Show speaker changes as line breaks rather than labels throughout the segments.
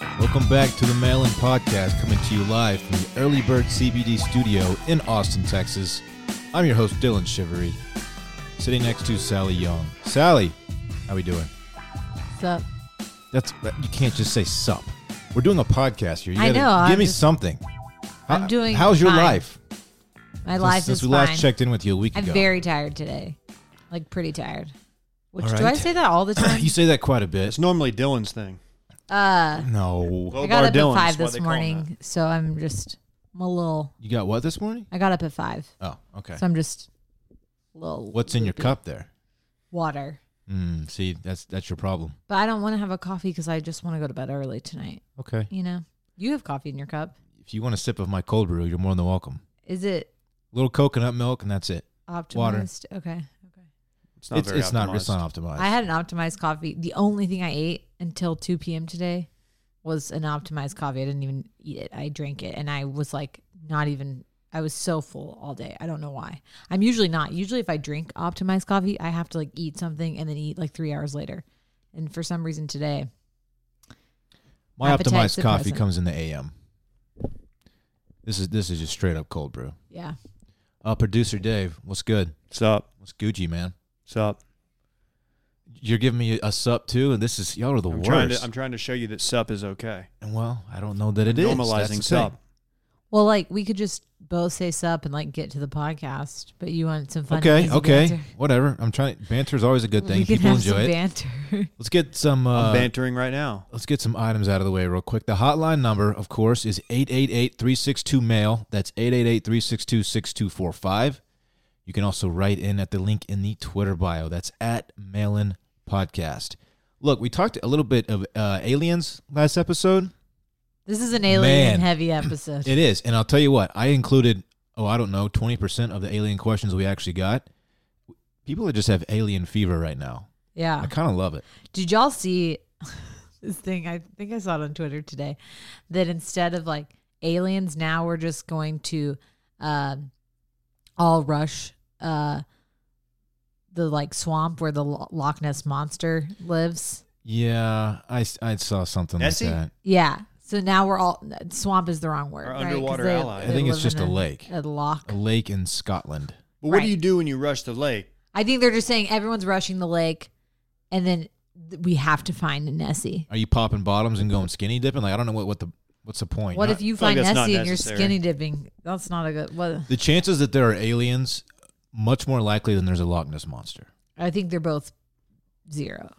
back to the Mail In Podcast coming to you live from the Early Bird CBD studio in Austin, Texas. I'm your host, Dylan Shivery, sitting next to Sally Young. Sally, how we doing?
Sup?
That's that- You can't just say sup. We're doing a podcast here. You
I
gotta
know,
Give
I'm
me
just-
something.
I'm
How-
doing
How's your
fine.
life?
My life
since
is
we
fine.
last checked in with you a week
I'm
ago.
very tired today, like pretty tired. Which
All
do I
right.
say that all the time?
you say that quite a bit.
It's normally Dylan's thing.
uh,
No.
I
Lobar
got up
Dylan
at
is
five
what
this
they call him
morning, so I'm just I'm a little.
You got what this morning?
I got up at five,
Oh, okay.
so I'm just a little.
What's in your
loopy.
cup there?
Water,
Mm, see, that's that's your problem.
but I don't want to have a coffee because I just want to go to bed early tonight.
Okay.
You know, you have coffee in your cup.
If you want a sip of my cold brew, you're more than welcome.
Is it
little coconut milk, and that's it.
optimized? Okay. Okay.
It's not
it's
very
it's not it's
optimized.
not optimized.
I had an optimized coffee. The only thing I ate until 2 p.m. today was an optimized coffee. I didn't even eat it. I drank it and I was like, not even, I was so full all day. I don't know why. I'm usually not. Usually, if I drink optimized coffee, I have to like eat something and then eat like three hours later. And for some reason today,
My
appetite
optimized coffee
suppressant.
comes in the AM. This is this is just straight up cold brew.
yeah.
Uh, producer Dave, what's good?
What's up?
What's Gucci, man?
What's up?
You're giving me a sup too, and this is y'all are the
I'm
worst.
trying to I'm trying to show you that sup is okay.
and well, I don't know that it is. That's the
Normalizing
thing.
sup.
Well, like we could just both say sup and like get to the podcast, but you want some fun. and
Okay,
easy
okay,
banter.
whatever. I'm trying. Banter is always a good thing.
We can
People
have
enjoy
some
it.
banter.
Let's get some. Uh,
I'm bantering right now.
Let's get some items out of the way real quick. The hotline number, of course, is 888 362 MAIL. That's 888 362 6245. You can also write in at the link in the Twitter bio. That's at Mailin Podcast. Look, we talked a little bit of uh, aliens last episode.
this is an alien
Man.
heavy episode.
It is. And I'll tell you what, I included, oh, I don't know, 20% of the alien questions we actually got. People that just have alien fever right now.
yeah.
I kind of love it.
Did y'all see this thing? I think I saw it on Twitter today that instead of like aliens, now we're just going to um, all rush uh, the like swamp where the Lo- Loch Ness monster lives.
Yeah, I, s- I saw something
Nessie?
like that.
Yeah. So now we're all swamp is the wrong word.
Our
right? 'Cause
underwater
they-
ally.
I
they
think it's
live
just
in
a lake.
A loch.
A lake in Scotland.
But what
Right.
do you do when you rush the lake?
I think they're just saying everyone's rushing the lake, and then th- we have to find Nessie.
Are you popping bottoms and going skinny dipping? Like I don't know what, what the what's the point?
What
Not-
if you
feel like
find
that's not
Nessie and you're
necessary.
skinny dipping? That's not a good. What?
the chances that there are aliens much more likely than there's a Loch Ness monster?
I think they're both zero.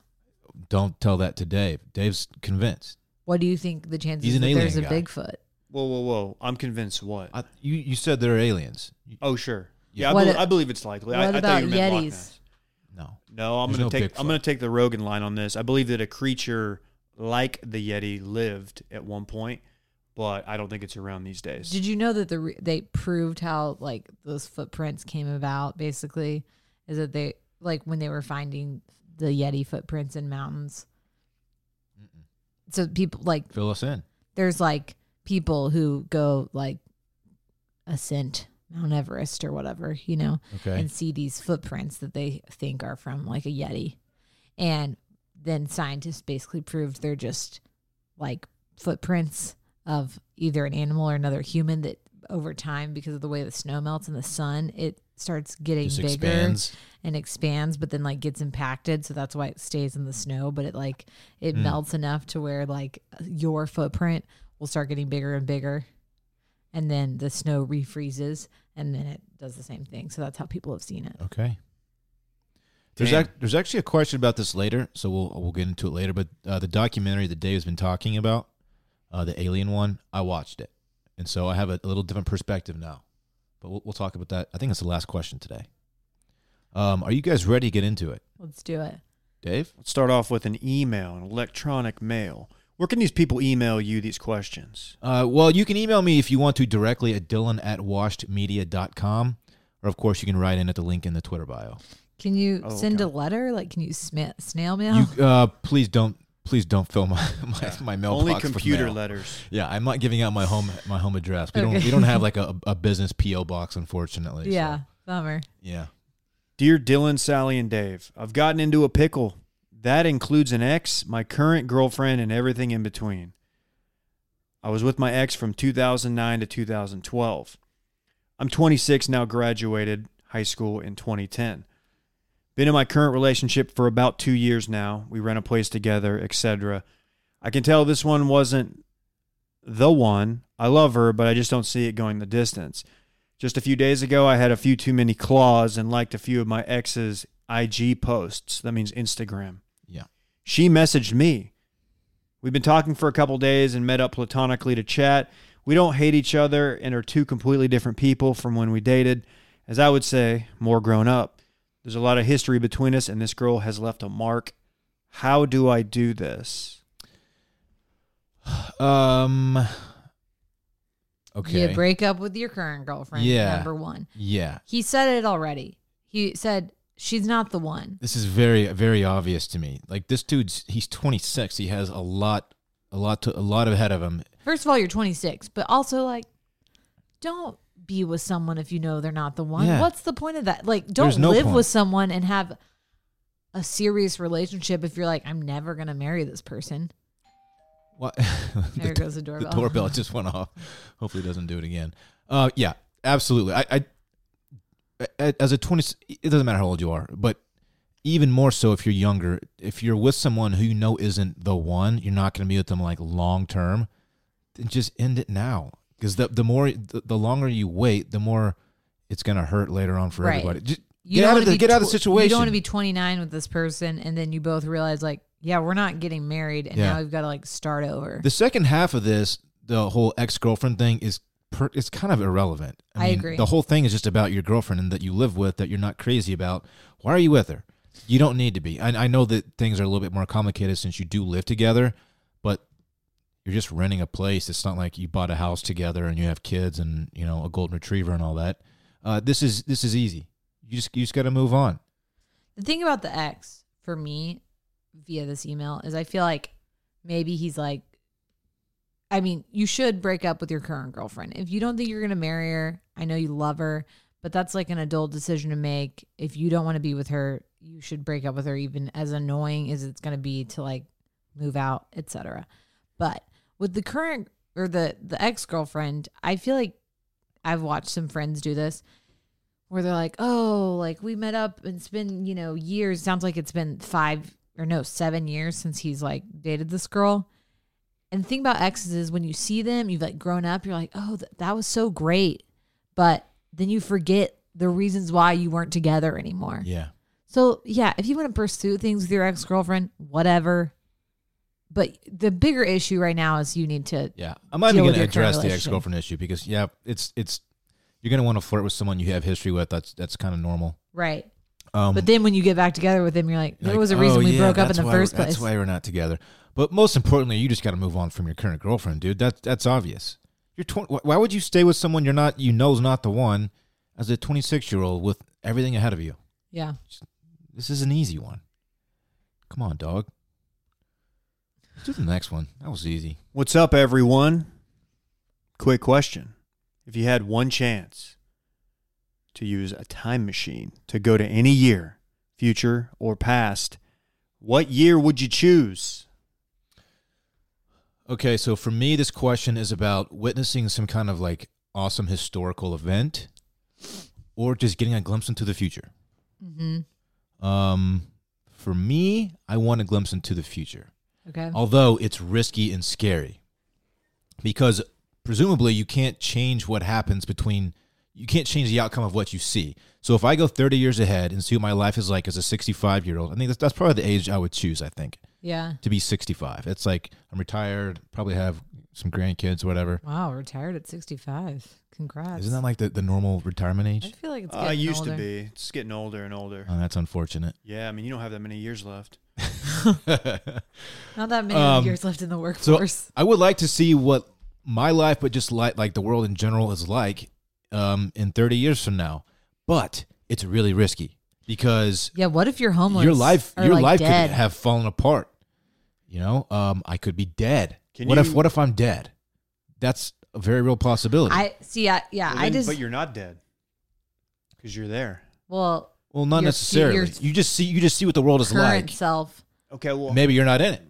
Don't tell that to Dave. Dave's convinced.
What do you think the chances
He's an
that
alien
there's a
guy.
Bigfoot?
Whoa, whoa, whoa. I'm convinced what?
I, you you said there are aliens. You-
oh, sure. Yeah, I,
What
bel-
a-
I believe it's likely. I,
what
I thought you
about
meant Loch
Yetis?
Ness.
no,
No, I'm
There's
going
no
to take
Bigfoot.
I'm going to take the Rogan line on this. I believe that a creature like the Yeti lived at one point, but I don't think it's around these days.
Did you know that the re- they proved how like those footprints came about? Basically, is that they like when they were finding the Yeti footprints in mountains. So people like
fill us in.
there's like people who go like ascent Mount Everest or whatever, you know,
Okay.
and see these footprints that they think are from like a Yeti. And then scientists basically proved they're just like footprints of either an animal or another human that over time, because of the way the snow melts and the sun, it starts getting
Just
bigger
expands.
and expands, but then like gets impacted. So that's why it stays in the snow. But it like it
Mm.
melts enough to where like your footprint will start getting bigger and bigger, and then the snow refreezes, and then it does the same thing. So that's how people have seen it.
Okay. There's
Damn.
ac- there's actually a question about this later, so we'll we'll get into it later. But uh, the documentary that Dave's been talking about, uh, the alien one, I watched it, and so I have a, a little different perspective now. But we'll, we'll talk about that. I think it's the last question today. Um, are you guys ready to get into it,
Let's do it.
Dave?
Let's start off with an email, an electronic mail. Where can these people email you these questions?
Uh, well, you can email me if you want to directly at Dylan at washedmedia.com. Or, of course, you can write in at the link in the Twitter bio.
Can you
Oh,
send
okay.
a letter? Like, can you sma- snail mail?
You, uh, please don't please don't fill my my, my mailbox
Only
with
computer
mail.
letters.
Yeah, I'm not giving out my home my home address. We don't
Okay.
we don't have like a, a business PO box, unfortunately. so,
yeah, bummer.
yeah.
Dear Dylan, Sally, and Dave, I've gotten into a pickle. That includes an ex, my current girlfriend, and everything in between. I was with my ex from 2009 to 2012. I'm 26 now, graduated high school in 2010. Been in my current relationship for about two years now. We rent a place together, etc. I can tell this one wasn't the one. I love her, but I just don't see it going the distance. Just a few days ago, I had a few too many claws and liked a few of my ex's IG posts. That means Instagram.
Yeah.
She messaged me. We've been talking for a couple days and met up platonically to chat. We don't hate each other and are two completely different people from when we dated. As I would say, more grown up. There's a lot of history between us, and this girl has left a mark. How do I do this?
Um. Okay.
You break up with your current girlfriend.
Yeah.
Number one.
yeah.
He said it already. He said she's not the one.
This is very very obvious to me. Like this dude's he's 26. He has a lot a lot to a lot ahead of him.
First of all, you're 26, but also like, don't be with someone if you know they're not the one.
Yeah.
What's the point of that? Like, don't
There's no
live
point.
with someone and have a serious relationship if you're like, I'm never gonna marry this person.
What?
There
the,
goes the doorbell.
the doorbell just went off. Hopefully it doesn't do it again. Uh yeah, absolutely. I I a- as a 20 it doesn't matter how old you are, but even more so if you're younger, if you're with someone who you know isn't the one, you're not going to be with them like long term, then just end it now. Cuz the the more the, the longer you wait, the more it's going to hurt later on for
Right.
everybody. Just,
You
Get
don't
out of
wanna
the-
be
get out of the
You
situation.
don't want to be 29 with this person, and then you both realize like, yeah, we're not getting married, and
Yeah.
now we've got to like start over.
The second half of this, the whole ex girlfriend thing, is per, it's kind of irrelevant.
I agree.
The whole thing is just about your girlfriend and that you live with that you're not crazy about. Why are you with her? You don't need to be. I, I know that things are a little bit more complicated since you do live together, but you're just renting a place. It's not like you bought a house together and you have kids and you know a golden retriever and all that. Uh, this is this is easy. You just you just got to move on.
The thing about the ex for me via this email is I feel like maybe he's like, I mean, you should break up with your current girlfriend. If you don't think you're going to marry her, I know you love her, but that's like an adult decision to make. If you don't want to be with her, you should break up with her, even as annoying as it's going to be to like move out, etc. But with the current or the the ex girlfriend, I feel like I've watched some friends do this where they're like, oh, like we met up and it's been, you know, years. Sounds like it's been five or no, seven years since he's like dated this girl. And the thing about exes is when you see them, you've like grown up, you're like, oh, th- that was so great. But then you forget the reasons why you weren't together anymore.
Yeah.
So, yeah, if you want to pursue things with your ex girlfriend, whatever. But the bigger issue right now is you need to
Yeah, I'm not even
deal
going
with
to
your current
address the ex
relationship.
girlfriend issue because yeah, it's it's you're going to want to flirt with someone you have history with. That's that's kind of normal.
right.
Um,
But then when you get back together with him, you're like, there
like,
was a reason
oh,
we
yeah,
broke up in
that's
the
why
first
we're-
place.
That's why we're not together. But most importantly, you just got to move on from your current girlfriend, dude. That that's obvious. You're 20, wh- Why would you stay with someone you're not you know's not the one as a 26 year old with everything ahead of you?
yeah.
This is an easy one. Come on, dog. Let's do the next one. That was easy.
What's up, everyone? Quick question. If you had one chance to use a time machine to go to any year, future or past, what year would you choose?
Okay, so for me, this question is about witnessing some kind of like awesome historical event, or just getting a glimpse into the future.
Mm-hmm.
Um, for me, I want a glimpse into the future,
Okay.
although it's risky and scary, because presumably you can't change what happens between. You can't change the outcome of what you see. So if I go 30 years ahead and see what my life is like as a 65 year old, I think that's, that's probably the age I would choose. I think
yeah.
to be 65. It's like I'm retired, probably have some grandkids, whatever.
Wow, retired at 65. Congrats.
Isn't that like the, the normal retirement
I
age?
feel like it's
I
getting
used
older.
to be. It's getting older and older.
Oh, that's unfortunate.
Yeah, I mean, you don't have that many years left.
Not that many
Um,
years left in the workforce.
I would like to see what my life, but just like like the world in general, is like um, in 30 years from now. But it's really risky because
yeah, what if you're homeless?
your life
or,
your
like,
life
dead?
could have fallen apart. You know, um, I could be dead.
Can
what if
you-
what if I'm dead? That's a very real possibility.
I see. I, yeah,
Well,
I
then-
just
but you're not dead because you're there.
well
well, not
your-
necessarily.
your
you just see you just see what the world is
current
like.
self.
Okay, well,
Maybe you're not in it.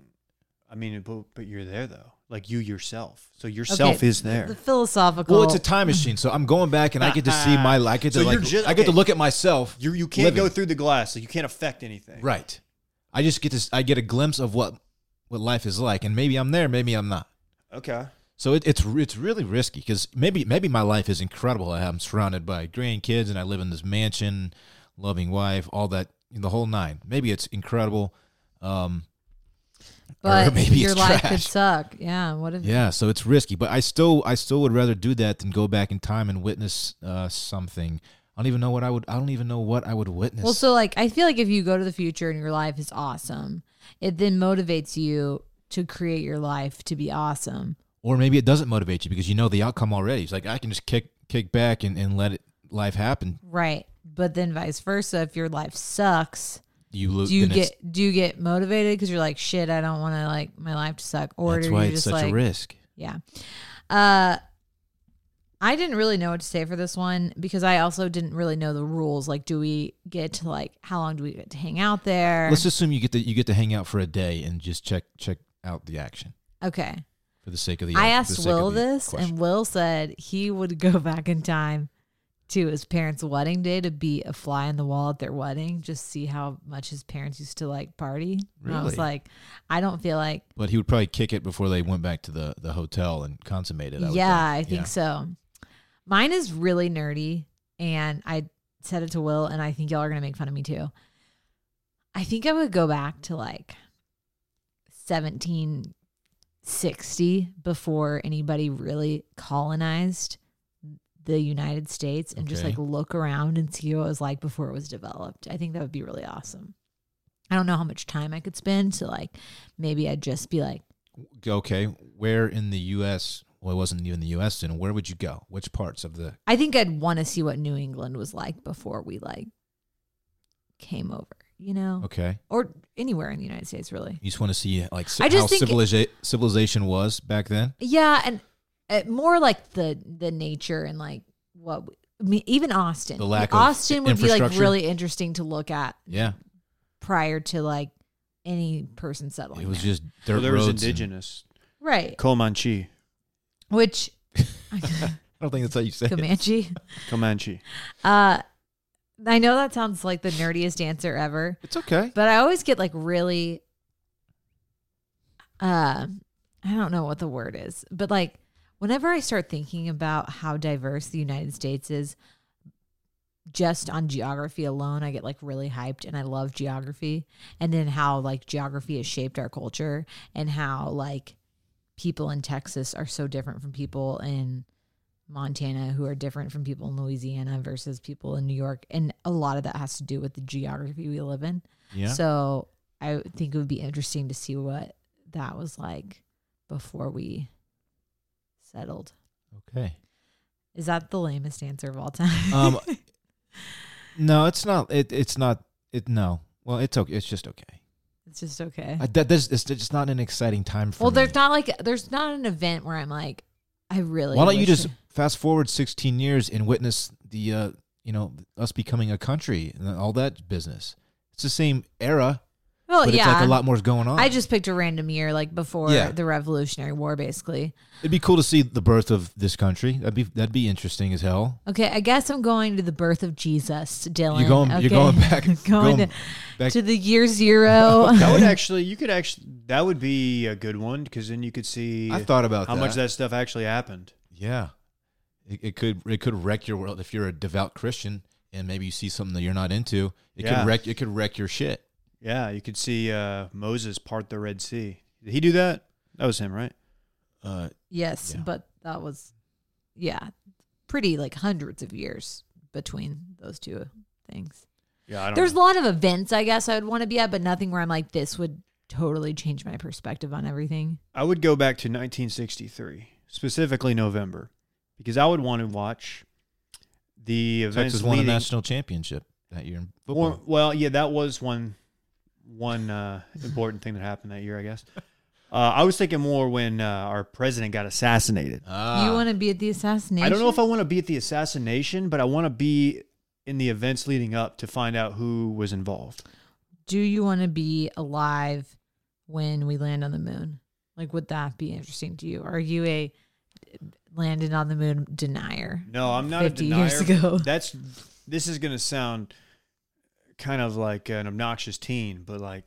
I mean, but, but you're there though. like you yourself. So yourself is there.
The philosophical.
Well, it's a time machine, so I'm going back and I get to see my. I get to
So you're
like.
just-
I get to
okay.
look at myself.
you you can't
living.
go through the glass, so you can't affect anything.
Right. I just get to. s- I get a glimpse of what what life is like, and maybe I'm there, maybe I'm not.
Okay.
So it, it's it's really risky because maybe maybe my life is incredible. I'm surrounded by grandkids and I live in this mansion, loving wife, all that, the whole nine. Maybe it's incredible. Um,
but
or maybe
your
it's
life could
trash.
suck. Yeah. What if?
yeah, so it's risky, but I still I still would rather do that than go back in time and witness uh, something. I don't even know what I would. I don't even know what I would witness.
Well, so like I feel like if you go to the future and your life is awesome, it then motivates you to create your life to be awesome.
or maybe it doesn't motivate you because you know the outcome already. It's like I can just kick kick back and, and let it life happen.
Right. But then vice versa, if your life sucks,
You lose.
do you get do you get motivated because you're like shit? I don't want to like my life to suck. Or
That's
are
why
you
it's
just
such a
like
risk.
yeah? Uh, I didn't really know what to say for this one because I also didn't really know the rules. Like, do we get to like how long do we get to hang out there?
Let's assume you get to you get to hang out for a day and just check check out the action
okay.
for the sake of the.
I
for the
asked
sake of
Will
the
this,
question.
and Will said he would go back in time to his parents' wedding day to be a fly on the wall at their wedding, just see how much his parents used to like party. And I was
Really?
like, I don't feel like,
but he would probably kick it before they went back to the the hotel and consummated. I would
yeah, I think so. Mine is really nerdy, and I said it to Will, and I think y'all are gonna make fun of me too. I think I would go back to like seventeen sixty before anybody really colonized the United States and just
Okay.
like look around and see what it was like before it was developed. I think that would be really awesome. I don't know how much time I could spend to like maybe I'd just be like
so. Okay, where in the U.S. Well, it wasn't even the U.S. Then where would you go? Which parts of the?
I think I'd want to see what New England was like before we like came over, you know,
Okay,
or anywhere in the United States, really.
you just want to see like ci-
I just
how
think-
civilization civilization was back then.
Yeah, and uh, more like the the nature and like what we, I mean, even Austin.
The lack of
Austin would be like
infrastructure.
really interesting to look at
Yeah,
prior to like any person settling.
it was
there.
just dirt
Well, there
roads.
was
and-
indigenous
right,
Comanche,
which
I don't think that's how you say it.
Comanche.
Comanche.
Uh, I know that sounds like the nerdiest answer ever.
It's okay.
But I always get like really uh I don't know what the word is, but like whenever I start thinking about how diverse the United States is just on geography alone, I get like really hyped and I love geography and then how like geography has shaped our culture and how like people in Texas are so different from people in Montana who are different from people in Louisiana versus people in New York and a lot of that has to do with the geography we live in.
Yeah.
So I would think it would be interesting to see what that was like before we settled.
okay.
Is that the lamest answer of all time?
Um, no, it's not. It, it's not. It no. Well, it's okay. It's just okay.
it's just okay.
I, that this it's just not an exciting time for
well,
me.
there's not like there's not an event where I'm like, I really.
Why don't you
wish-
just fast forward 16 years and witness the uh, you know us becoming a country and all that business? It's the same era,
Well,
but
Oh, yeah.
it's like a lot more going on.
I just picked a random year, like before
Yeah.
the Revolutionary War, basically.
It'd be cool to see the birth of this country. That'd be that'd be interesting as hell.
Okay, I guess I'm going to the birth of Jesus, Dylan.
You're going.
okay.
You're going back.
going
going
to,
back-
to the year zero.
That would actually, you could actually, that would be a good one because then you could see
I thought about
how
that.
much that stuff actually happened.
Yeah, it, it could it could wreck your world if you're a devout Christian and maybe you see something that you're not into. It
Yeah.
could wreck it could wreck your shit.
Yeah, you could see uh, Moses part the Red Sea. Did he do that? That was him, right?
Uh,
Yes,
Yeah.
but that was, yeah, pretty like hundreds of years between those two things.
Yeah, I don't.
There's a
know.
lot of events, I guess, I would want to be at, but nothing where I'm like, this would totally change my perspective on everything.
I would go back to 1963, specifically November, because I would want to watch the events
Texas won a
leading-
national championship that year in football.
Well, well, yeah, that was one one uh, important thing that happened that year, I guess. Uh, I was thinking more when uh, our president got assassinated.
ah,
you want to be at the assassination?
Uh, I don't know if I want to be at the assassination, but I want to be in the events leading up to find out who was involved.
Do you want to be alive when we land on the moon? Like, would that be interesting to you? Are you a landed on the moon denier?
No, I'm not a
50
denier.
years ago.
That's this is gonna sound kind of like an obnoxious teen, but like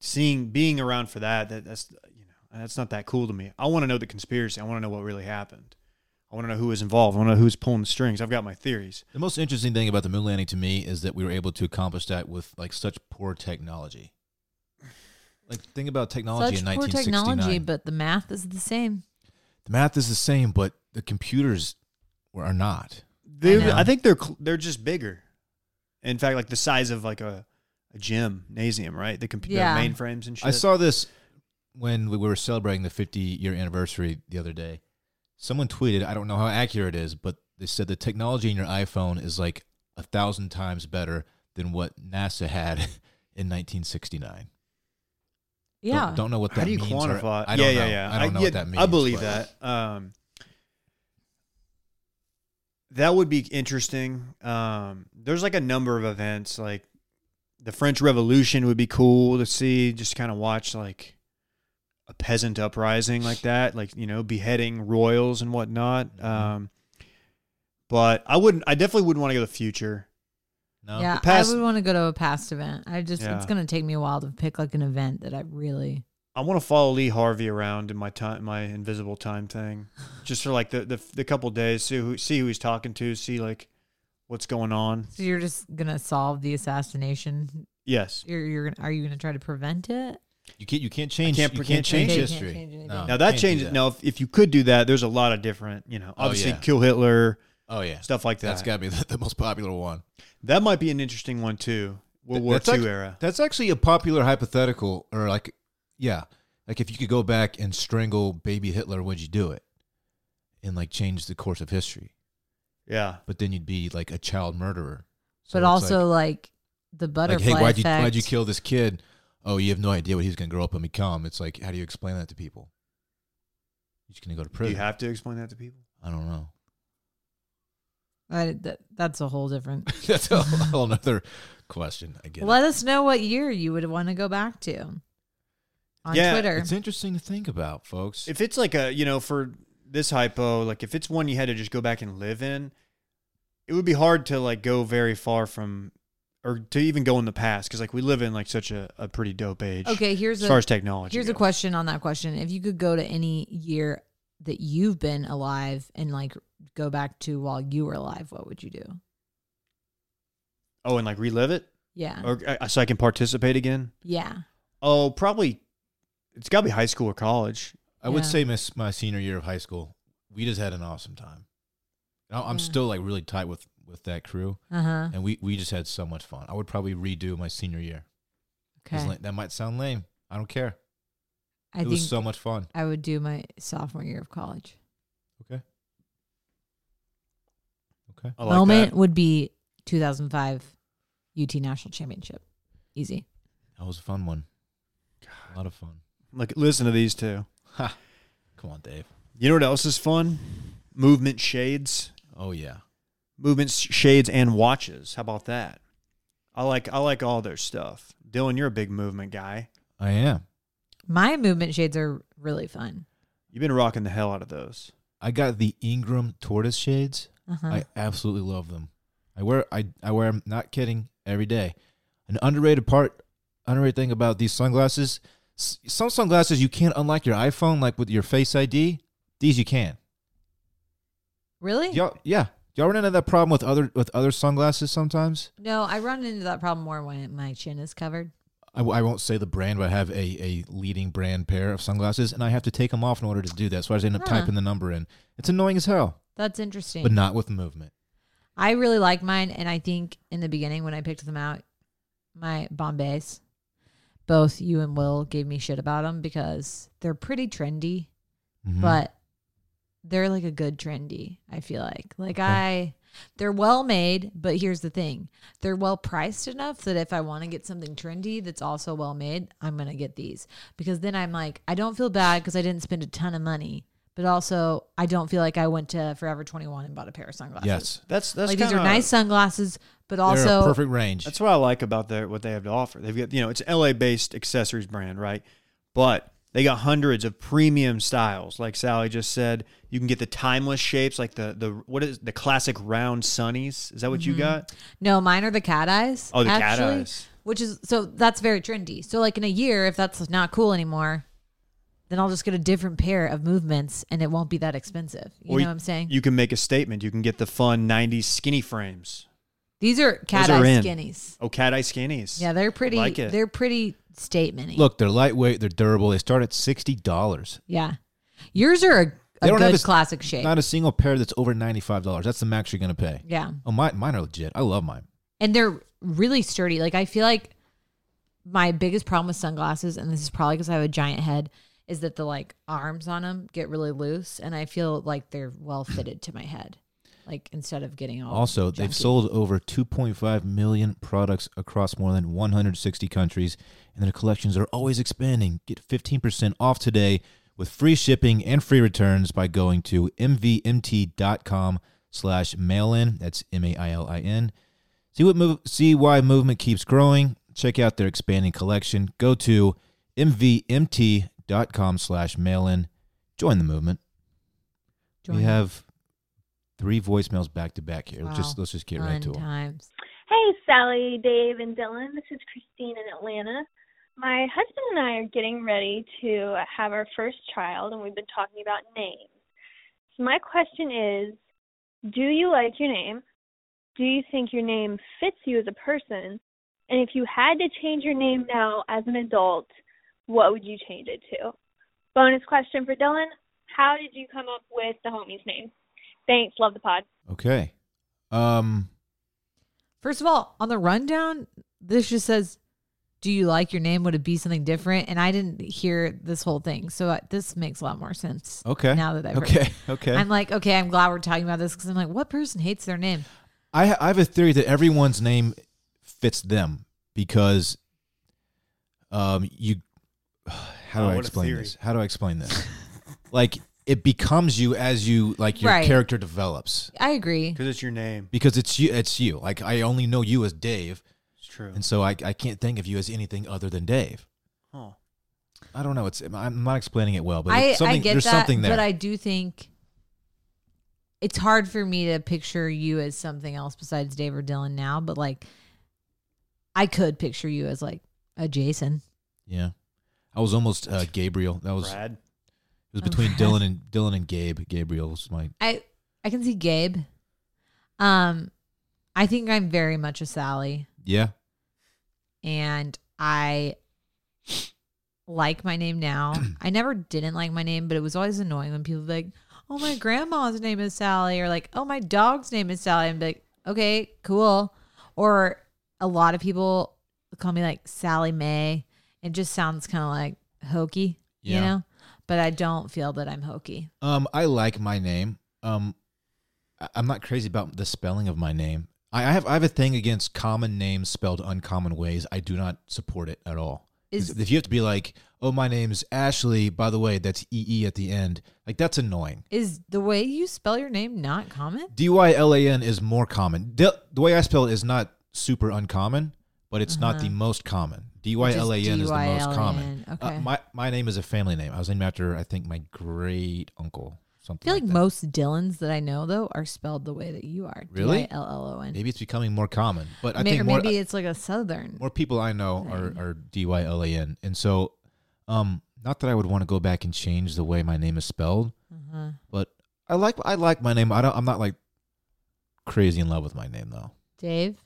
seeing being around for that, that that's you know that's not that cool to me. I want to know the conspiracy. I want to know what really happened. I want to know who was involved. I want to know who's pulling the strings. I've got my theories.
The most interesting thing about the moon landing to me is that we were able to accomplish that with like such poor technology. Like think about technology
Such
in
poor
1969.
technology, but the math is the same.
the math is the same, but the computers were, are not.
They,
I know.
I, think they're cl- they're just bigger. In fact, like the size of like a, a gymnasium, right? The computer
Yeah.
mainframes and shit.
I saw this when we were celebrating the 50 year anniversary the other day. Someone tweeted, I don't know how accurate it is, but they said the technology in your iPhone is like a thousand times better than what NASA had in 1969. Don't-
Yeah.
Don't, know what that
How do you
means. or-
quantify?
I don't
yeah,
know.
yeah, yeah.
I don't know
yeah,
what that means.
I believe
but-
that. Um, that would be interesting. Um, there's like a number of events, like the French Revolution would be cool to see. Just kind of watch like a peasant uprising like that, like you know, beheading royals and
Mm-hmm.
whatnot. Um, but I wouldn't. I definitely wouldn't want to go to the future.
No.
yeah,
past-
I would want to go to a past event. I just
Yeah.
it's gonna take me a while to pick like an event that I really
I want to follow Lee Harvey around in my time, my invisible time thing, just for like the the, the couple days, see who see who he's talking to, see like what's going on.
So you're just gonna solve the assassination?
Yes.
You're you're gonna, are you gonna try to prevent it?
You can't. You can't change.
can't-
you
we
can't
can't
change
change
it.
history.
Can't change anything.
No,
Now that
Oh, can't do
changes.
that.
Now, if, if you could do that, there's a lot of different, you know,
Oh,
obviously
yeah.
kill Hitler,
Oh yeah,
stuff like that.
that's got to be the, the most popular one.
that might be an interesting one too. World
Th-
War
that's
II
act-
era.
That's actually a popular hypothetical, or like, yeah, like if you could go back and strangle baby Hitler, would you do it? And like change the course of history,
Yeah.
but then you'd be like a child murderer. So
but
it's
also
like,
like, the
like,
butterfly
hey, why'd you
effect.
why'd you kill this kid? Oh, you have no idea what he's gonna grow up and become. It's like, how do you explain that to people? You're just gonna go to
Do
prison.
you have to explain that to people?
I don't know.
I, that, that's a whole different.
that's a whole another question. I get. it.
Let us know what year you would want to go back to on
Yeah,
Twitter.
It's interesting to think about, folks.
If it's like a, you know, for this hypo, like if it's one you had to just go back and live in, it would be hard to like go very far from, or to even go in the past, because like we live in like such a, a pretty dope age.
Okay, here's
As
a
far as technology.
here's a
goes.
question on that question. If you could go to any year that you've been alive and like go back to while you were alive, what would you do?
Oh, and like relive it,
Yeah,
or uh, so I can participate again.
yeah.
Oh, probably. It's got to be high school or college.
I would
Yeah.
say miss my senior year of high school, we just had an awesome time. And I- I'm
Yeah.
still like really tight with with that crew,
Uh huh.
and we we just had so much fun. I would probably redo my senior year. 'Cause,
Okay.
like, that might sound lame. I don't care.
I
it
think
was so much fun.
I would do my sophomore year of college.
Okay.
I like
Moment
that.
would be 2005 UT National Championship. Easy.
That was a fun one. A lot of fun.
Like, listen to these two.
Come on, Dave.
You know what else is fun? Movement shades,
Oh yeah.
movement s- shades, and watches. How about that? I like I like all their stuff. Dylan, you're a big movement guy.
I am.
My movement shades are really fun.
You've been rocking the hell out of those.
I got the Ingram tortoise shades.
Uh-huh.
I absolutely love them. I wear I I wear 'em, not kidding every day. An underrated part, underrated thing about these sunglasses. s- Some sunglasses you can't unlock your iPhone like with your Face ID. These you can.
really?
Y'all, yeah. Y'all run into that problem with other with other sunglasses sometimes.
No, I run into that problem more when my chin is covered.
I, w- I won't say the brand, but I have a, a leading brand pair of sunglasses, and I have to take them off in order to do that. So I just end up
Huh.
typing the number in. It's annoying as hell,
That's interesting.
but not with movement.
I really like mine, and I think in the beginning when I picked them out, my Bombays, both you and Will gave me shit about them because they're pretty trendy.
Mhm.
but they're like a good trendy i feel like like
Okay.
i they're well made but here's the thing they're well priced enough that if i want to get something trendy that's also well made i'm gonna get these because then i'm like i don't feel bad because i didn't spend a ton of money but also i don't feel like i went to forever 21 and bought a pair of sunglasses
yes,
That's that's
like these are
kinda-
nice sunglasses but
they're a
also
perfect range.
That's what I like about their what they have to offer. They've got you know it's LA based accessories brand, right? But They got hundreds of premium styles, like Sally just said. You can get the timeless shapes, like the the what is the classic round sunnies? Is that what you
Mm-hmm.
got?
No, mine are the cat eyes.
Oh, the cat eyes.
Which is so that's very trendy. So like in a year, if that's not cool anymore, then I'll just get a different pair of movements, and it won't be that expensive. You
Or
know what I'm saying?
You can make a statement. You can get the fun '90s skinny frames.
These are cat
are
eye
in.
skinnies.
Oh, cat eye skinnies.
Yeah, they're pretty.
like it.
they're pretty statementy.
Look, they're lightweight, they're durable. They start at sixty dollars.
yeah, yours are a,
They
a
don't have a
good
s-
classic shape.
Not a single pair that's over ninety five dollars. That's the max you're gonna pay.
yeah,
Oh, my, mine are legit. I love mine.
and they're really sturdy. Like I feel like my biggest problem with sunglasses, and this is probably because I have a giant head, is that the like arms on them get really loose, and I feel like they're well fitted to my head. Like instead of getting all
Also, they've
junky.
sold over 2.5 million products across more than 160 countries, and their collections are always expanding. Get 15% off today with free shipping and free returns by going to mvmt.com slash mailin. That's M-A-I-L-I-N. See what move, see why movement keeps growing. Check out their expanding collection. Go to mvmt.com slash mailin. Join the movement.
Join
We have three voicemails back to back here. Just
Wow.
let's just get right
fun
to them.
times.
Hey, Sally, Dave, and Dylan. This is Christine in Atlanta. My husband and I are getting ready to have our first child, and we've been talking about names. So, my question is Do you like your name? Do you think your name fits you as a person? And if you had to change your name now as an adult, what would you change it to? Bonus question for Dylan How did you come up with the homie's name? Thanks. Love the pod.
Okay. Um
First of all, on the rundown, this just says, "Do you like your name? Would it be something different?" And I didn't hear this whole thing, so uh, this makes a lot more sense.
okay.
Now that I've heard
Okay. Okay.
I'm like, okay, I'm glad we're talking about this because I'm like, what person hates their name?
I ha- I have a theory that everyone's name fits them because um you how do
Oh,
I
what a
explain
theory.
this? How do I explain this? like it becomes you as you like your
Right.
character develops
I agree.
because it's your name.
because it's you it's you. Like I only know you as Dave
It's true.
and so I I can't think of you as anything other than Dave.
Huh.
I don't know. It's I'm not explaining it well, but
I,
it's something,
I get
there's
that,
something there.
but I do think it's hard for me to picture you as something else besides Dave or Dylan now. But like, I could picture you as like a Jason.
yeah, I was almost uh, Gabriel. That was
Brad.
It was
Oh,
between
Brad.
Dylan and Dylan and Gabe. Gabriel was my
I I can see Gabe. Um, I think I'm very much a Sally.
yeah.
and I like my name now. I never didn't like my name, but it was always annoying when people would be like, "Oh, my grandma's name is Sally," or like, "Oh, my dog's name is Sally." I'm like, "Okay, cool." Or a lot of people call me like Sally May. It just sounds kind of like hokey,
Yeah.
you know. But I don't feel that I'm hokey.
Um, I like my name. Um, I- I'm not crazy about the spelling of my name. I, I have I have a thing against common names spelled uncommon ways. I do not support it at all.
Is-
if you have to be like, oh, my name's Ashley. By the way, that's E E at the end. Like that's annoying.
Is the way you spell your name not common?
D Y L A N is more common. Del- the way I spell it is not super uncommon, but it's not
Uh-huh.
the most common. D Y L A N is the most common.
DYLAN, okay.
Uh, my my name is a family name. I was named after I think my great uncle.
I
Something
feel like
that.
most Dylans that I know though are spelled the way that you are.
Really?
D I L L O N. E.
maybe it's becoming more common, but I
May-
think
or
more uh,
maybe it's like a southern.
more people I know are are D Y L A N, and so um not that I would want to go back and change the way my name is spelled,
Uh-huh.
but I like I like my name. I don't I'm not like crazy in love with my name though.
Dave,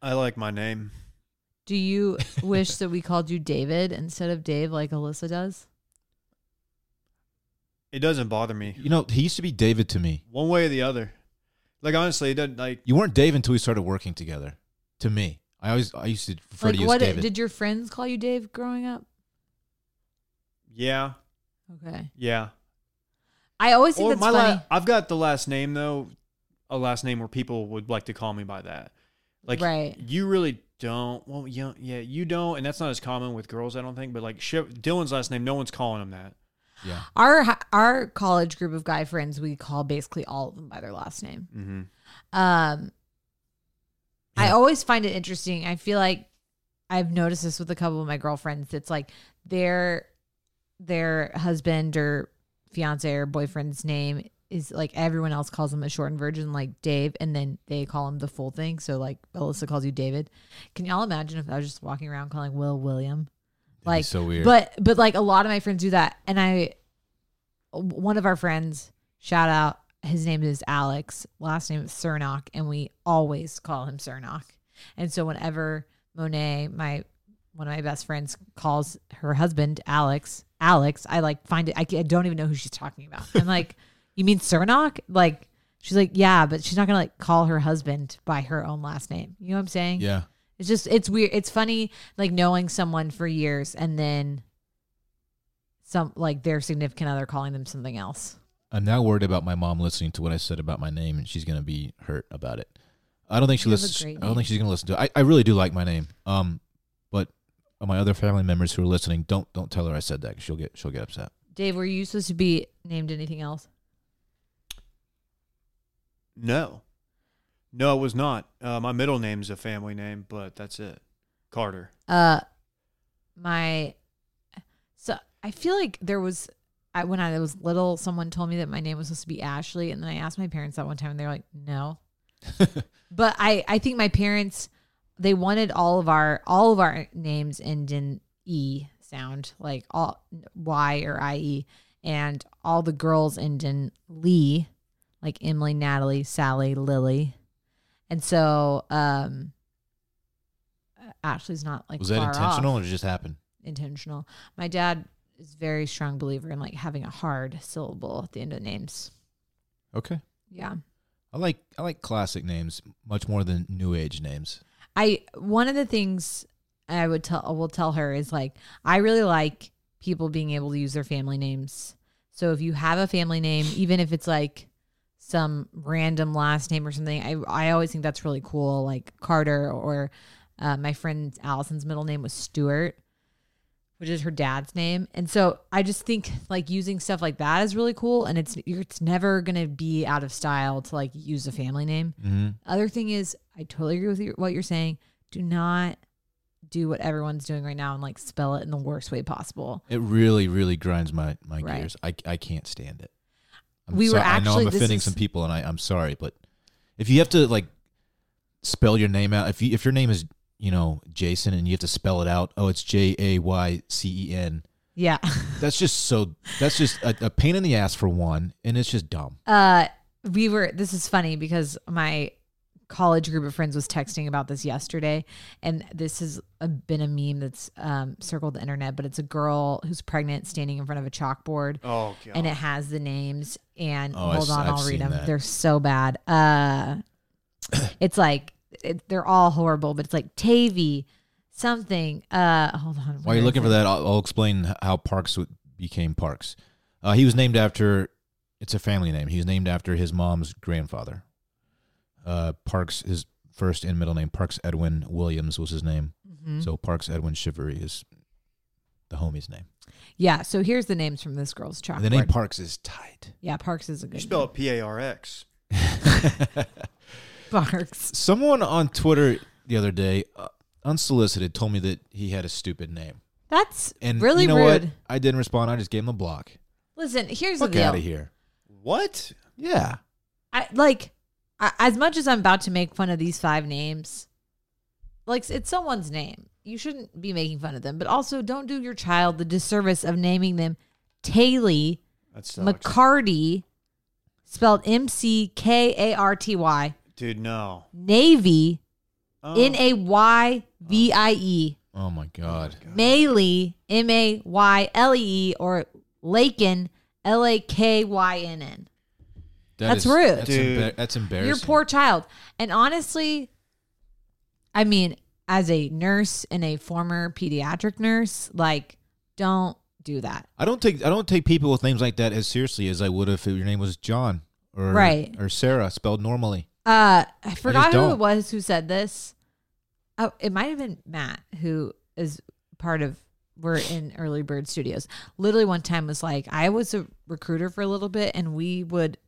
I like my name.
do you wish that we called you David instead of Dave like Alyssa does?
It doesn't bother me
You know, he used to be David to me.
one way or the other. Like honestly, it doesn't like
You weren't Dave until we started working together. To me, I always I used to refer
Like
to you
what
as David.
did your friends call you Dave growing up?
yeah,
Okay.
yeah.
I always think
Or
that's
my
funny.
la- I've got the last name though, a last name where people would like to call me by that. Like
Right.
you really don't. Well, you don't- yeah, you don't, and that's not as common with girls, I don't think. But like Shiv- Dylan's last name, no one's calling him that.
yeah,
our hi- our college group of guy friends, we call basically all of them by their last name.
Mm-hmm.
Um, I
Yeah.
always find it interesting. I feel like I've noticed this with a couple of my girlfriends. It's like their their husband or fiance or boyfriend's name is like everyone else calls him a shortened version like Dave and then they call him the full thing. So like Alyssa calls you David. Can y'all imagine if I was just walking around calling Will William?
That'd be
Like
so weird.
But but like a lot of my friends do that, and I, one of our friends, shout out, his name is Alex, last name is Cernock, and we always call him Cernock. And so whenever Monet, my one of my best friends, calls her husband Alex, Alex, I like find it. I, ca- I don't even know who she's talking about. I'm like, you mean Cernock? Like. She's like, yeah, but she's not gonna like call her husband by her own last name. You know what I'm saying?
yeah.
It's just it's weird. It's funny like knowing someone for years and then some like their significant other calling them something else.
I'm now worried about my mom listening to what I said about my name, and she's gonna be hurt about it. I don't think she
You have a
listens.
great
I don't
name.
think she's gonna listen to it. I, I really do like my name. Um, but my other family members who are listening, don't don't tell her I said that 'cause she'll get she'll get upset.
Dave, were you supposed to be named anything else?
No, no, it was not. Uh, my middle name's a family name, but that's it. Carter.
Uh my so I feel like there was I when I was little, someone told me that my name was supposed to be Ashley, and then I asked my parents that one time and they were like, No. but I, I think my parents they wanted all of our all of our names end in e sound like all y or ie and all the girls end in lee like emily natalie sally lily and so um ashley's not like
Was that
far
intentional
off.
or did it just happen?
intentional my dad is very strong believer in like having a hard syllable at the end of names
Okay.
yeah
I like I like classic names much more than new age names.
I one of the things I would tell I will tell her is like I really like people being able to use their family names. So if you have a family name, even if it's like some random last name or something, I I always think that's really cool. Like Carter or uh, my friend Allison's middle name was Stewart, which is her dad's name, and so I just think like using stuff like that is really cool, and it's you're- it's never gonna be out of style to like use a family name.
Mm-hmm.
Other thing is, I totally agree with you, what you're saying. Do not do what everyone's doing right now and like spell it in the worst way possible.
It really really grinds my my
Right.
gears. I I can't stand it.
We were
I know I'm
actually- this
offending
is-
some people, and I I'm sorry, but if you have to like spell your name out, if you if your name is you know Jason and you have to spell it out, oh it's J A Y C E N.
Yeah.
That's just so. That's just a, a pain in the ass for one, and it's just dumb.
Uh, we were, this is funny because my college group of friends was texting about this yesterday. And this has uh, been a meme that's um, circled the internet, but it's a girl who's pregnant standing in front of a chalkboard
Oh god.
and it has the names and
Oh, I
hold
s- I've
on i will read
seen
them
that.
they're so bad uh it's like it, they're all horrible but it's like tavy something uh hold on
While you're
where
looking
is
for
it?
that, I'll, I'll explain how Parks w- became Parks. Uh, he was named after. It's a family name. He was named after his mom's grandfather. Uh, Parks, his first and middle name, Parks Edwin Williams was his name.
Mhm.
So Parks Edwin Shivery is the homie's name.
yeah so here's the names from this girl's chalkboard
And the name Parks is tight.
yeah parks is a good
you spell
name.
it P A R X.
parks
Someone on Twitter the other day, uh, unsolicited, told me that he had a stupid name.
that's
And
really
you know
rude
what? I didn't respond. I just gave him a block.
listen here's
Fuck
the deal
out of here.
What?
Yeah.
I like I, as much as I'm about to make fun of these five names, like it's someone's name. You shouldn't be making fun of them, but also don't do your child the disservice of naming them Taylor
That sucks.
McCarty, spelled M C K A R T Y,
Dude, no.
Navy,
Oh.
N A Y V I E,
Oh my God.
Maley, M A Y L E E, or Lakin, L A K Y N N.
That
That's
is-
rude.
That's,
Dude.
embar- that's embarrassing.
Your poor child. And honestly, I mean, as a nurse and a former pediatric nurse, like, don't do that.
I don't take I don't take people with names like that as seriously as I would if your name was John or
Right.
or Sarah spelled normally.
Uh, I forgot who
don't.
it was who said this. Oh, it might have been Matt, who is part of we're in Early Bird Studios. Literally, one time was like, I was a recruiter for a little bit, and we would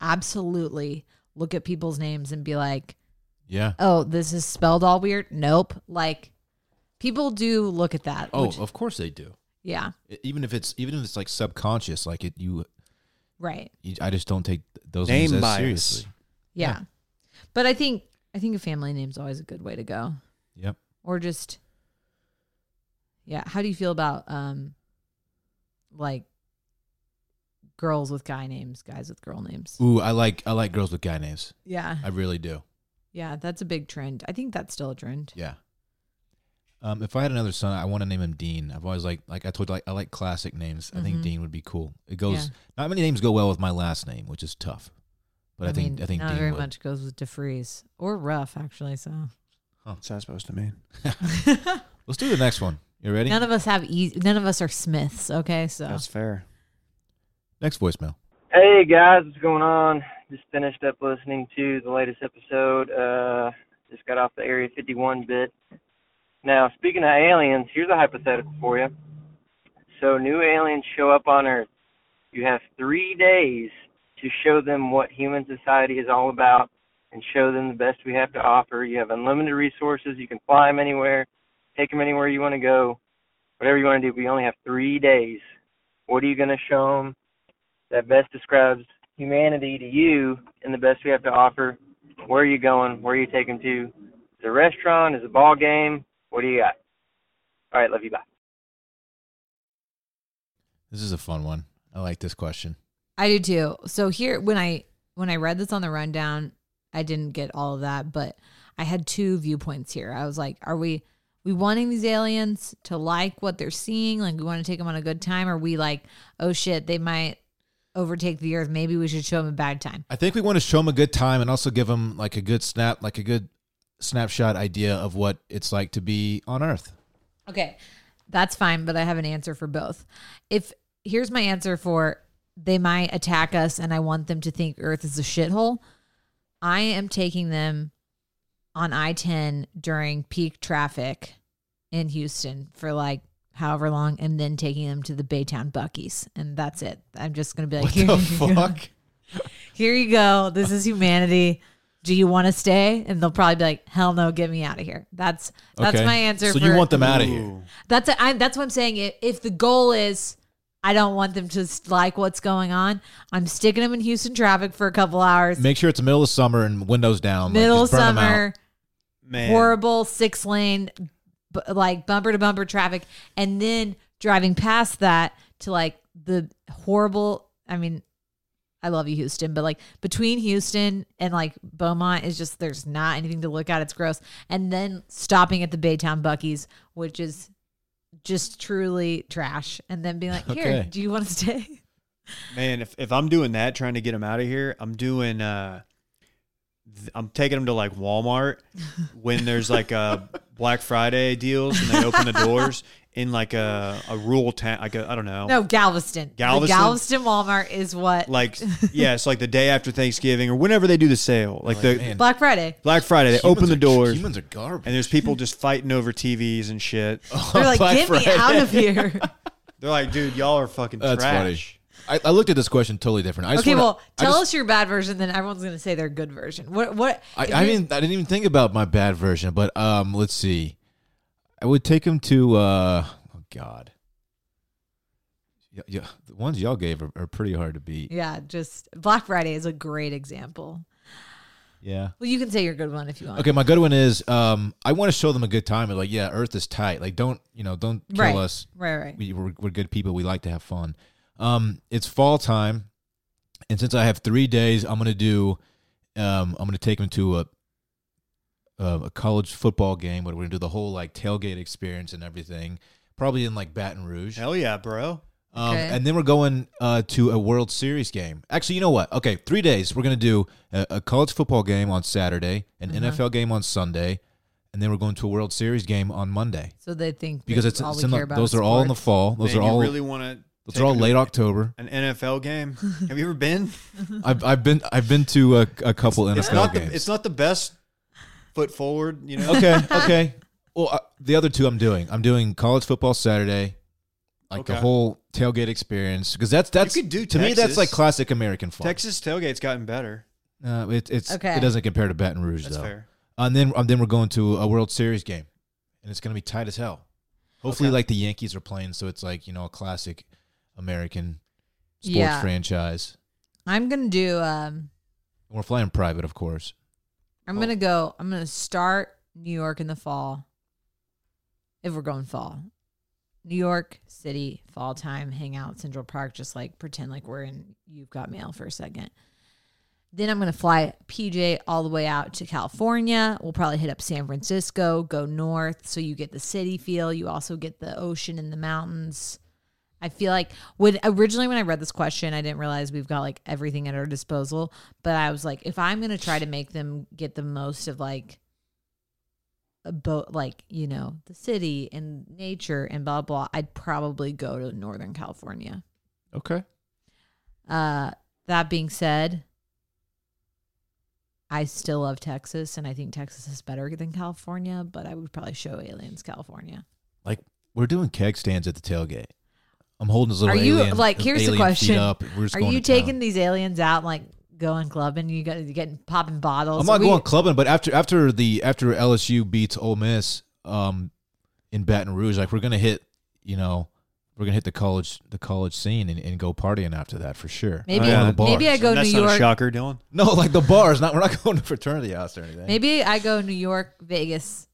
absolutely look at people's names and be like,
Yeah.
oh, this is spelled all weird. Nope. Like people do look at that.
Oh,
which-
of course they do.
Yeah.
E- Even if it's even if it's like subconscious, like it you,
Right.
you I just don't take th- those
Name
names as
bias.
seriously.
Yeah. But I think I think a family name's always a good way to go.
Yep.
Or just Yeah, how do you feel about um like girls with guy names, guys with girl names?
Ooh, I like I like girls with guy names.
Yeah.
I really do.
Yeah, that's a big trend. I think that's still a trend.
Yeah. Um, if I had another son, I want to name him Dean. I've always like like I told you, like I like classic names. I think
Mhm.
Dean would be cool. It goes not many names go well with my last name, which is tough. But I, think I think
not
Dean
very
would.
much goes with DeFreeze or Rough actually, so
What's that supposed to mean?
Let's do the next one. You ready?
none of us have easy, none of us are Smiths, okay? So
That's fair.
Next voicemail.
Hey guys, what's going on? Just finished up listening to the latest episode. Uh, just got off the Area 51 bit. Now, speaking of aliens, here's a hypothetical for you. So, new aliens show up on Earth. You have three days to show them what human society is all about and show them the best we have to offer. You have unlimited resources. You can fly them anywhere, take them anywhere you want to go, whatever you want to do. But you only have three days. What are you going to show them? that best describes humanity to you and the best we have to offer. Where are you going? Where are you taking to? Is it a restaurant? Is it a ball game? What do you got? All right, love you. Bye.
This is a fun one. I like this question.
I do too. So here when I when I read this on the rundown, I didn't get all of that, but I had two viewpoints here. I was like, are we we wanting these aliens to like what they're seeing? Like we want to take them on a good time or we like, oh shit, they might overtake the earth. Maybe we should show them a bad time.
I think we want to show him a good time and also give him like a good snap, like a good snapshot idea of what it's like to be on Earth.
Okay. That's fine, but I have an answer for both. If here's my answer for they might attack us and I want them to think Earth is a shithole, I am taking them on I 10 during peak traffic in Houston for like however long and then taking them to the Baytown Buckies. And that's it. I'm just going to be like,
What the
you go.
fuck?
here you go. This is humanity. Do you want to stay? And they'll probably be like, hell no, get me out of here. That's that's
Okay.
my answer.
So
for,
you want them out of here?
Ooh.
that's a, I, that's what I'm saying. If, if the goal is I don't want them to s- like what's going on, I'm sticking them in Houston traffic for a couple hours.
Make sure it's the middle of summer and windows down. like,
Middle
just burn 'em out.
summer,
Man.
horrible six lane, b- like bumper to bumper traffic, and then driving past that to like the horrible. I mean, I love you, Houston, but like between Houston and like Beaumont is just there's not anything to look at. It's gross. And then stopping at the Baytown Buckies, which is just truly trash, and then being like, here,
Okay.
do you want to stay?
Man, if, if I'm doing that, trying to get them out of here, I'm doing uh th- I'm taking them to like Walmart when there's like a Black Friday deals and they open the doors in like a, a rural town like a, I don't
Oh.
know.
No, Galveston. The
Galveston?
Galveston Walmart is what
Like yeah, it's like the day after Thanksgiving or whenever they do the sale. Like the
man,
Black Friday.
Black Friday, they
humans
open the
are-
doors
Humans are garbage.
and there's people just fighting over TVs and shit.
They're like,
Black
get me
Friday.
out of here.
They're like, dude, y'all are fucking
That's
trash.
funny. I, I looked at this question totally different. I just
Okay,
wanna-
well,
I
tell
just-
us your bad version, then everyone's gonna say their good version. What? What? if
I, I
you're-
didn't. I didn't even think about my bad version, but um, let's see. I would take him to. Uh, oh God. Yeah, yeah, the ones y'all gave are, are pretty hard to beat.
Yeah, just Black Friday is a great example.
Yeah.
Well, you can say your good one if you want.
Okay, my good one is um, I want to show them a good time. But like, yeah, Earth is tight. Like, don't you know? Don't kill
right,
us.
right, right.
We, we're, we're good people. We like to have fun. Um, it's fall time, and since I have three days, I'm gonna do. Um, I'm gonna take them to a uh, a college football game. But we're gonna do the whole like tailgate experience and everything. Probably in like Baton Rouge.
Hell yeah, bro.
Um,
Okay.
And then we're going uh, to a World Series game. Actually, you know what? Okay, three days. We're going to do a, a college football game on Saturday, an
Mm-hmm.
NFL game on Sunday, and then we're going to a World Series game on Monday.
So they think
Because
that
it's,
all
it's
we
in the-
care about
those
is
are all in the
sports.
fall. Those
Man,
are all
you really want to
those are all late October.
an NFL game. Have you ever been?
I've, I've been I've been to a, a couple NFL
it's not
games.
the it's not the best foot forward, you know.
okay, okay. Well, uh, the other two I'm doing. I'm doing college football Saturday, like the
Okay.
whole tailgate experience because that's that's
could do
to me that's
Texas.
like classic American fun.
Texas tailgate's gotten better.
Uh, it, it's
Okay.
it doesn't compare to Baton Rouge
That's
though.
fair.
And then um, then we're going to a World Series game, and it's going to be tight as hell. Hopefully,
Okay.
like the Yankees are playing, so it's like you know a classic American sports
Yeah.
franchise.
I'm gonna do. Um,
And we're flying private, of course.
I'm gonna go. I'm gonna start New York in the fall. If we're going fall, New York City fall time, hang out Central Park, just like pretend like we're in. You've got mail for a second. Then I'm gonna fly PJ all the way out to California. We'll probably hit up San Francisco, go north, so you get the city feel. You also get the ocean and the mountains. I feel like when originally when I read this question, I didn't realize we've got like everything at our disposal. But I was like, if I'm gonna try to make them get the most of like a boat, like you know, the city and nature and blah blah, I'd probably go to Northern California.
Okay.
Uh, that being said, I still love Texas, and I think Texas is better than California. But I would probably show aliens California.
Like we're doing keg stands at the tailgate. I'm holding this little.
Are you-
alien-
like, here's the
alien feet
question.
Up. We're just
Are
going
you
to town.
taking these aliens out and like going clubbing? You got you getting popping bottles?
I'm not
We-
going clubbing, but after after the after LSU beats Ole Miss um, in Baton Rouge, like we're gonna hit, you know, we're gonna hit the college the college scene and, and go partying after that for sure. Go
Maybe
to
Yeah.
the bars.
maybe I go to
That's
New
not a
York.
shocker, Dylan.
no like the bars. Not we're not going to fraternity house or anything.
Maybe I go New York, Vegas,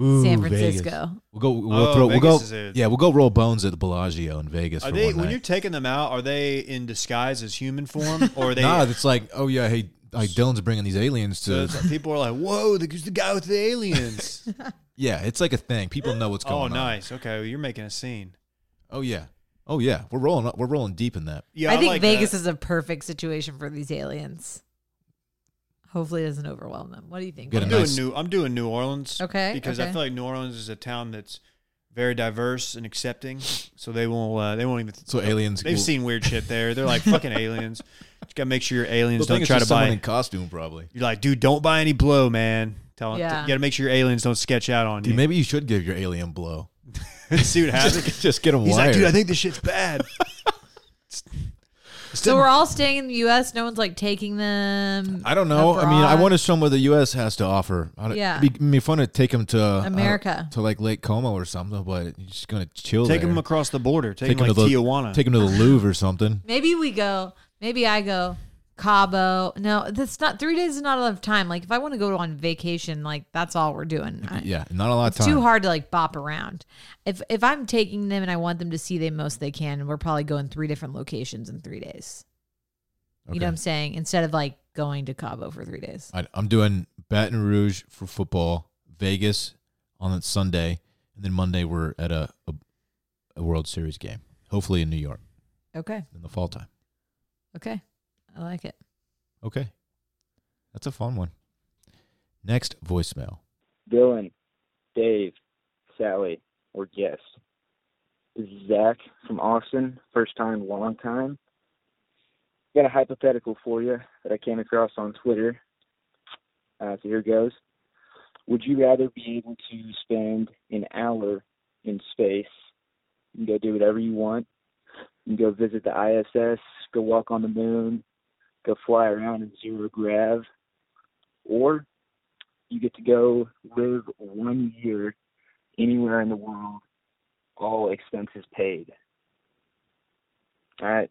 Ooh,
San
Vegas.
Francisco.
We'll go. We'll
Oh,
throw.
Vegas
we'll
is
go.
a-
yeah, we'll go roll bones at the Bellagio in Vegas
Are
for
they
one
when
night.
you're taking them out? Are they in disguise as human form, or are they?
nah, it's like oh yeah, hey, like Dylan's bringing these aliens
so
to.
it's like people are like, "Whoa, the, who's the guy with the aliens."
yeah, it's like a thing. People know what's going
oh,
on.
nice. Okay, well, you're making a scene.
Oh yeah. Oh yeah. We're rolling. We're rolling deep in that.
Yeah,
I think
like
Vegas
that.
is a perfect situation for these aliens. Hopefully, it doesn't overwhelm them. What do you think?
Get a
I'm
nice-
doing New. I'm doing New Orleans.
Okay,
Because I
okay.
feel like New Orleans is a town that's very diverse and accepting, so they won't. Uh, they won't even.
So aliens.
They've
will-
seen weird shit there. They're like fucking aliens. Just gotta make sure your aliens
The thing
don't
is
try to
just
buy.
someone in costume, probably.
You're like, dude, don't buy any blow, man. Tell
Yeah.
you gotta make sure your aliens don't sketch out on
Dude,
you.
maybe you should give your alien blow.
See what happens.
just, just get him
He's
wired.
like, dude, I think this shit's bad.
so we're all staying in the U.S. No one's like taking them.
I don't know. I mean, I
abroad.
want to show him what the U.S. has to offer. I don't-
Yeah.
be, it'd be fun to take him to I don't-
America.
to like Lake Como or something, but you're just gonna chill.
Take
there.
them across the border. Take,
Take
them
'em
like
to the-
Tijuana.
Take him to the Louvre or something.
Maybe we go. Maybe I go Cabo. No, that's not three days is not enough time. Like if I want to go on vacation, like that's all we're doing. I-
Yeah, not a lot of
It's
time.
too hard to like bop around. If if I'm taking them and I want them to see the most they can, we're probably going three different locations in three days. You
Okay.
know what I'm saying? Instead of like going to Cabo for three days.
I, I'm doing Baton Rouge for football, Vegas on that Sunday, and then Monday we're at a, a a World Series game, hopefully in New York
Okay.
in the fall time.
Okay. I like it.
Okay, that's a fun one. Next voicemail.
Dylan, Dave, Sally, or guest. This is Zach from Austin, first time, long time. Got a hypothetical for you that I came across on Twitter. Uh, so here goes. Would you rather be able to spend an hour in space? You can go do whatever you want. You can go visit the ISS, go walk on the moon, go fly around in zero grav, or you get to go live one year anywhere in the world, all expenses paid. All right,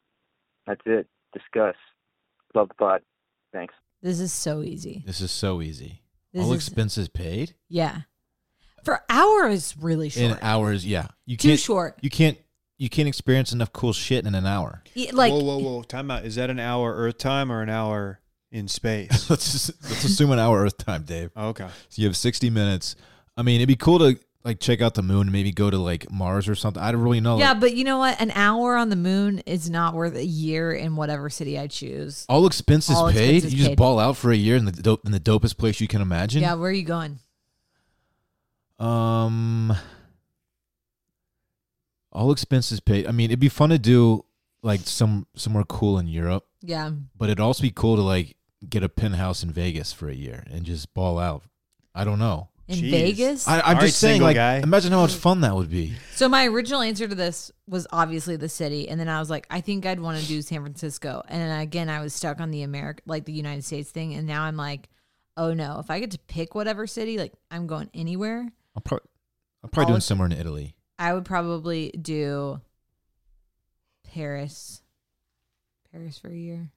that's it. Discuss. Love the pod. Thanks.
This is so easy.
This is so easy.
This
All
is-
expenses paid
Yeah. For hour is really
in
short.
hours. Yeah, you
Too
can't.
short.
You can't. You can't experience enough cool shit in an hour.
Yeah, like
whoa, whoa, whoa! Time out. Is that an hour Earth time or an hour in space?
let's just, let's assume an hour Earth time, Dave.
oh, okay.
So you have 60 minutes. I mean, it'd be cool to like check out the moon, maybe go to like Mars or something. I don't really know.
Yeah,
Like,
but you know what? An hour on the moon is not worth a year in whatever city I choose.
all expenses
All
paid.
expenses
you just
paid.
ball out for a year in the dope, in the dopest place you can imagine.
Yeah, where are you going?
Um. All expenses paid. I mean, it'd be fun to do like some somewhere cool in Europe,
Yeah.
but it'd also be cool to like get a penthouse in Vegas for a year and just ball out. I don't know.
In
Jeez.
Vegas?
I, I'm
All right,
just saying,
single
like,
guy.
imagine how much fun that would be.
So my original answer to this was obviously the city, and then I was like, I think I'd want to do San Francisco, and then again I was stuck on the America, like the United States thing, and now I'm like, oh no, if I get to pick whatever city, like I'm going anywhere.
I'm probably, I'm probably
All
doing
ex-
somewhere in Italy.
I would probably do Paris. Paris for a year.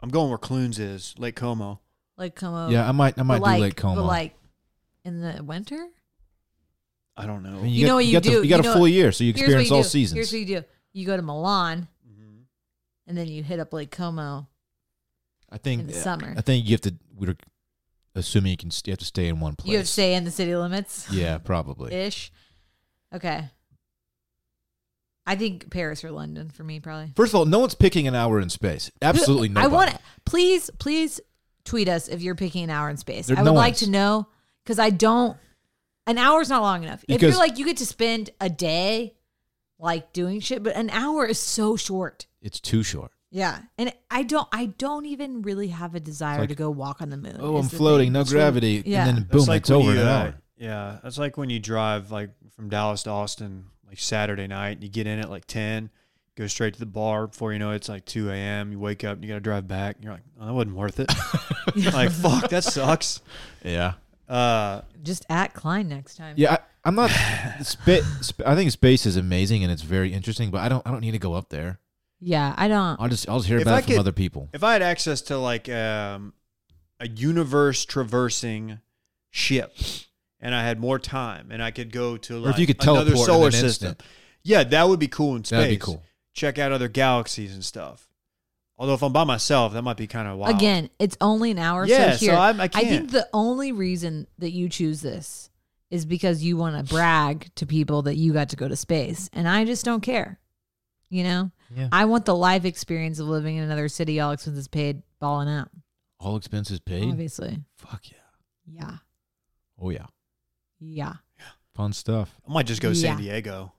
I'm going where Clunes is, Lake Como.
Like Como.
yeah, I might I might
Oh. but
do
like,
Lake Como.
But like in the winter?
I don't know.
I mean,
You know what you
got
do,
The, you got
you
a
know-
full year, so you
Here's what
experience
you
all
do.
seasons.
Here's what you do. You go to Milan
Mhm.
and then you hit up Lake Como.
I think
in the summer.
I think you have to. We're assuming you can. You have to stay in one place.
You have to stay in the city limits
Yeah, probably.
ish. Okay. I think Paris or London for me probably.
First of all, no one's picking an hour in space. Absolutely no.
I want to please, please tweet us if you're picking an hour in space.
There-
I would
no
like
one's.
to know because I don't. An hour's not long enough. if
Because-
you're like you get to spend a day like doing shit, but an hour is so short.
It's too short.
Yeah, and I don't. I don't even really have a desire
like,
to go walk on the moon.
Oh,
is
I'm
the
floating,
thing.
no gravity,
Yeah.
and then
That's
boom,
like
it's
when
over in
you,
an
uh,
hour.
Yeah, that's like when you drive like from Dallas to Austin, like Saturday night. and You get in at like ten, go straight to the bar. Before you know it, it's like two a.m. You wake up, and you got to drive back. And you're like, oh, that wasn't worth it. like fuck, that sucks.
Yeah,
Uh,
Just at Klein next time.
yeah. I, I'm not. spa- sp- I think space is amazing and it's very interesting, but I don't. I don't need to go up there.
yeah. I don't.
I'll just. I'll just hear
If
about
I
it from
could-
other people.
if I had access to like um, a universe traversing ship, and I had more time, and I could go to like
or if you could
another
teleport
solar
in an
system,
instant,
yeah, that would be cool in space.
that'd be cool.
check out other galaxies and stuff. Although if I'm by myself, that might be kind of wild.
Again, it's only an hour.
Yeah,
so
so
here,
I'm- I
think
can't.
the only reason that you choose this is because you want to brag to people that you got to go to space, and I just don't care. You know,
Yeah.
I want the life experience of living in another city, all expenses paid, balling out.
All expenses paid.
Obviously,
Fuck yeah.
yeah,
Oh yeah.
yeah.
Fun stuff.
I might just go to San
Yeah.
Diego.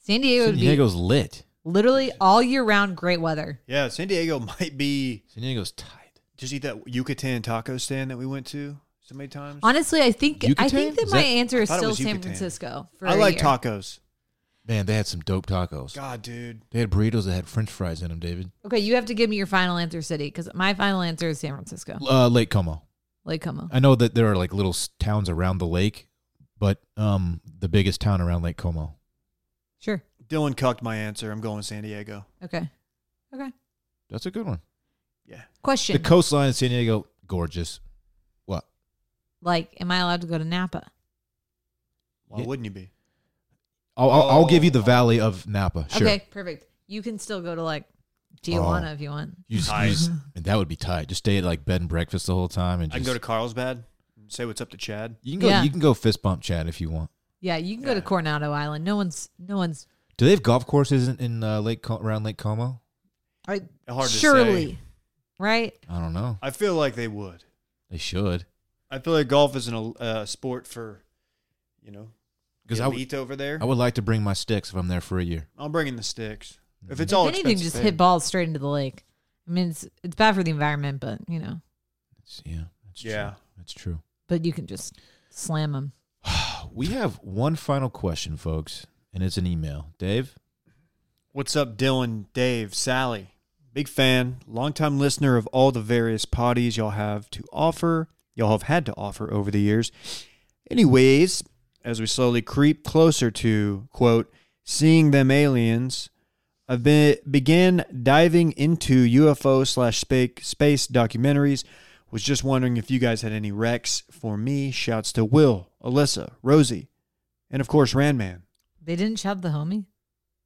San Diego
San
would be
Diego's lit.
literally all year round great weather.
Yeah, San Diego might be.
San Diego's tight.
Just eat that Yucatan taco stand that we went to so many times.
Honestly, I think I
Yucatan?
think that
Is
my
that-
answer
I
is
thought it
still
was
San
Yucatan.
Francisco. For
I
a
like
year.
tacos.
Man, they had some dope tacos.
God, dude.
They had burritos that had French fries in them. David.
Okay, you have to give me your final answer city because my final answer is San Francisco,
Uh, Lake Como.
Lake Como.
I know that there are like little s- towns around the lake, but um, the biggest town around Lake Como.
Sure.
Dylan cucked my answer. I'm going San Diego.
Okay. Okay.
That's a good one.
Yeah.
Question:
The coastline in San Diego, gorgeous. What?
Like, am I allowed to go to Napa?
Why
Yeah.
wouldn't you be?
I'll, I'll, I'll give you the
Oh.
valley of Napa. Sure.
Okay, perfect. You can still go to like Tijuana
Oh.
if you want.
You just, you
Tight.
just- and that would be tight. Just stay at like bed and breakfast the whole time, and
I
just,
can go to Carlsbad. and Say what's up to Chad.
You can go.
Yeah.
You can go fist bump Chad if you want.
Yeah, you can go to
Yeah.
Coronado Island. No one's, no one's.
Do they have golf courses in, in uh, Lake Co- around Lake Como?
I
Hard to
surely,
say.
right?
I don't know.
I feel like they would.
They should
I feel like golf is an uh, sport for, you know,
because
the
I would-
elite over there.
I would like to bring my sticks if I'm there for a year.
I'm bringing the sticks. If it's
If
all
anything,
expensive
just
paid.
hit balls straight into the lake. I mean, it's it's bad for the environment, but you know,
It's- yeah, that's
Yeah.
true. that's true.
but you can just slam them.
We have one final question, folks, and it's an email. Dave,
What's up, Dylan, Dave, Sally? Big fan, longtime listener of all the various potties y'all have to offer, y'all have had to offer over the years. Anyways, as we slowly creep closer to, quote, seeing them aliens, I've been, began diving into UFO slash spa- space documentaries. Was just wondering if you guys had any recs for me. Shouts to Will, Alyssa, Rosie, and of course, Randman.
They didn't shout the homie.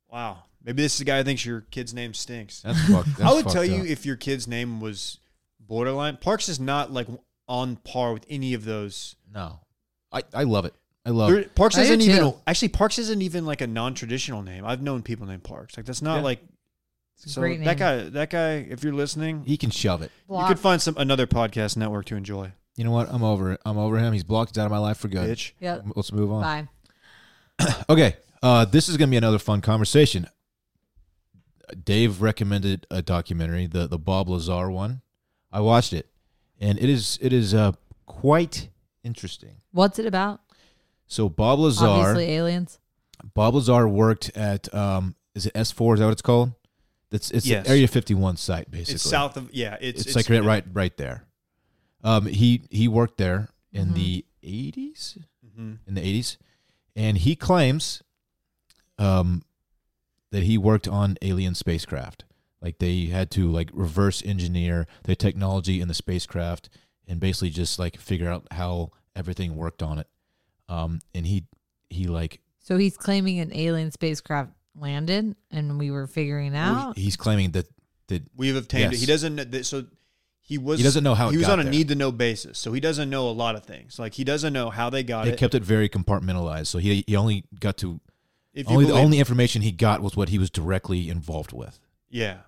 Wow. Maybe this is the guy who thinks your kid's name stinks.
that's fucked. That's
I would
fucked
tell
up.
you if your kid's name was borderline. Parks is not like on par with any of those.
no, I, I love it. I love
There-
it.
Parks
I do
isn't even
too.
actually Parks isn't even like a non-traditional name. I've known people named Parks. Like that's not
Yeah.
like
It's a
so
great name.
that guy that guy if you're listening,
He can shove it.
you could find some another podcast network to enjoy.
You know what? I'm over it. I'm over him. He's blocked. He's out of my life for good.
Bitch.
Yep.
Let's move on.
Bye.
Okay. Uh, this is gonna be another fun conversation. Dave recommended a documentary, the the Bob Lazar one. I watched it, and it is it is uh quite interesting.
What's it about?
So Bob Lazar,
Obviously, aliens.
Bob Lazar worked at um is it S four? Is that what it's called? That's it's
Yes.
Area fifty one site basically.
It's south of yeah, it's
It's, like right, right right there. Um, he he worked there in
Mm-hmm.
Mhm.
the eighties,
Mhm.
in the eighties, and he claims um, that he worked on alien spacecraft. Like they had to like reverse engineer the technology in the spacecraft and basically just like figure out how everything worked on it. Um, and he he like
So he's claiming an alien spacecraft landed and we were
Oh,
figuring it out.
he's claiming that that
We've obtained it.
Yes.
He doesn't. kn- th- So he was.
He doesn't know how it
he was
got
on a
there.
need to know basis. So he doesn't know a lot of things. Like he doesn't know how they got
they
it.
kept it very compartmentalized. So he he only got to
if you
only the
believe-
only information he got was what he was directly involved with.
Yeah.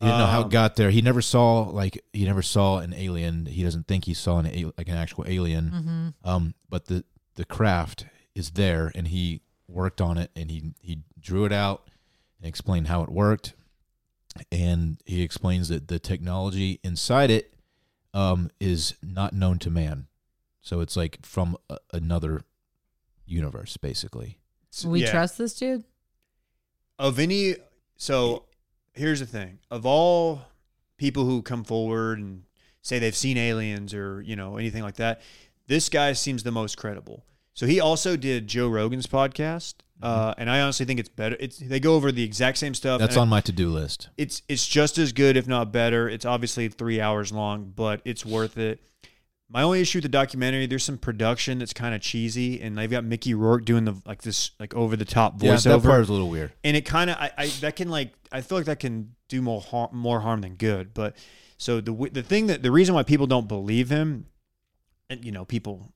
He didn't know how
Um,
it got there. He never saw like he never saw an alien. He doesn't think he saw an al- like an actual alien.
Mm-hmm.
Um, but the the craft is there, and he worked on it, and he he drew it out and explained how it worked, and he explains that the technology inside it um, is not known to man, so it's like from a, another universe, basically.
We
yeah.
trust this dude?
of any so here's the thing of all people who come forward and say they've seen aliens or you know anything like that this guy seems the most credible so he also did joe rogan's podcast
Mm-hmm.
uh, and i honestly think it's better it's they go over the exact same stuff
That's
and
on my to do list.
it's it's just as good if not better it's obviously three hours long but it's worth it my only issue with the documentary there's some production that's kind of cheesy and they've got mickey rourke doing the like this like over the top
Yeah,
voiceover
that part is a little weird.
and it kind of I, I that can like I feel like that can do more harm, more harm than good. But so the w- the thing that the reason why people don't believe him, and you know people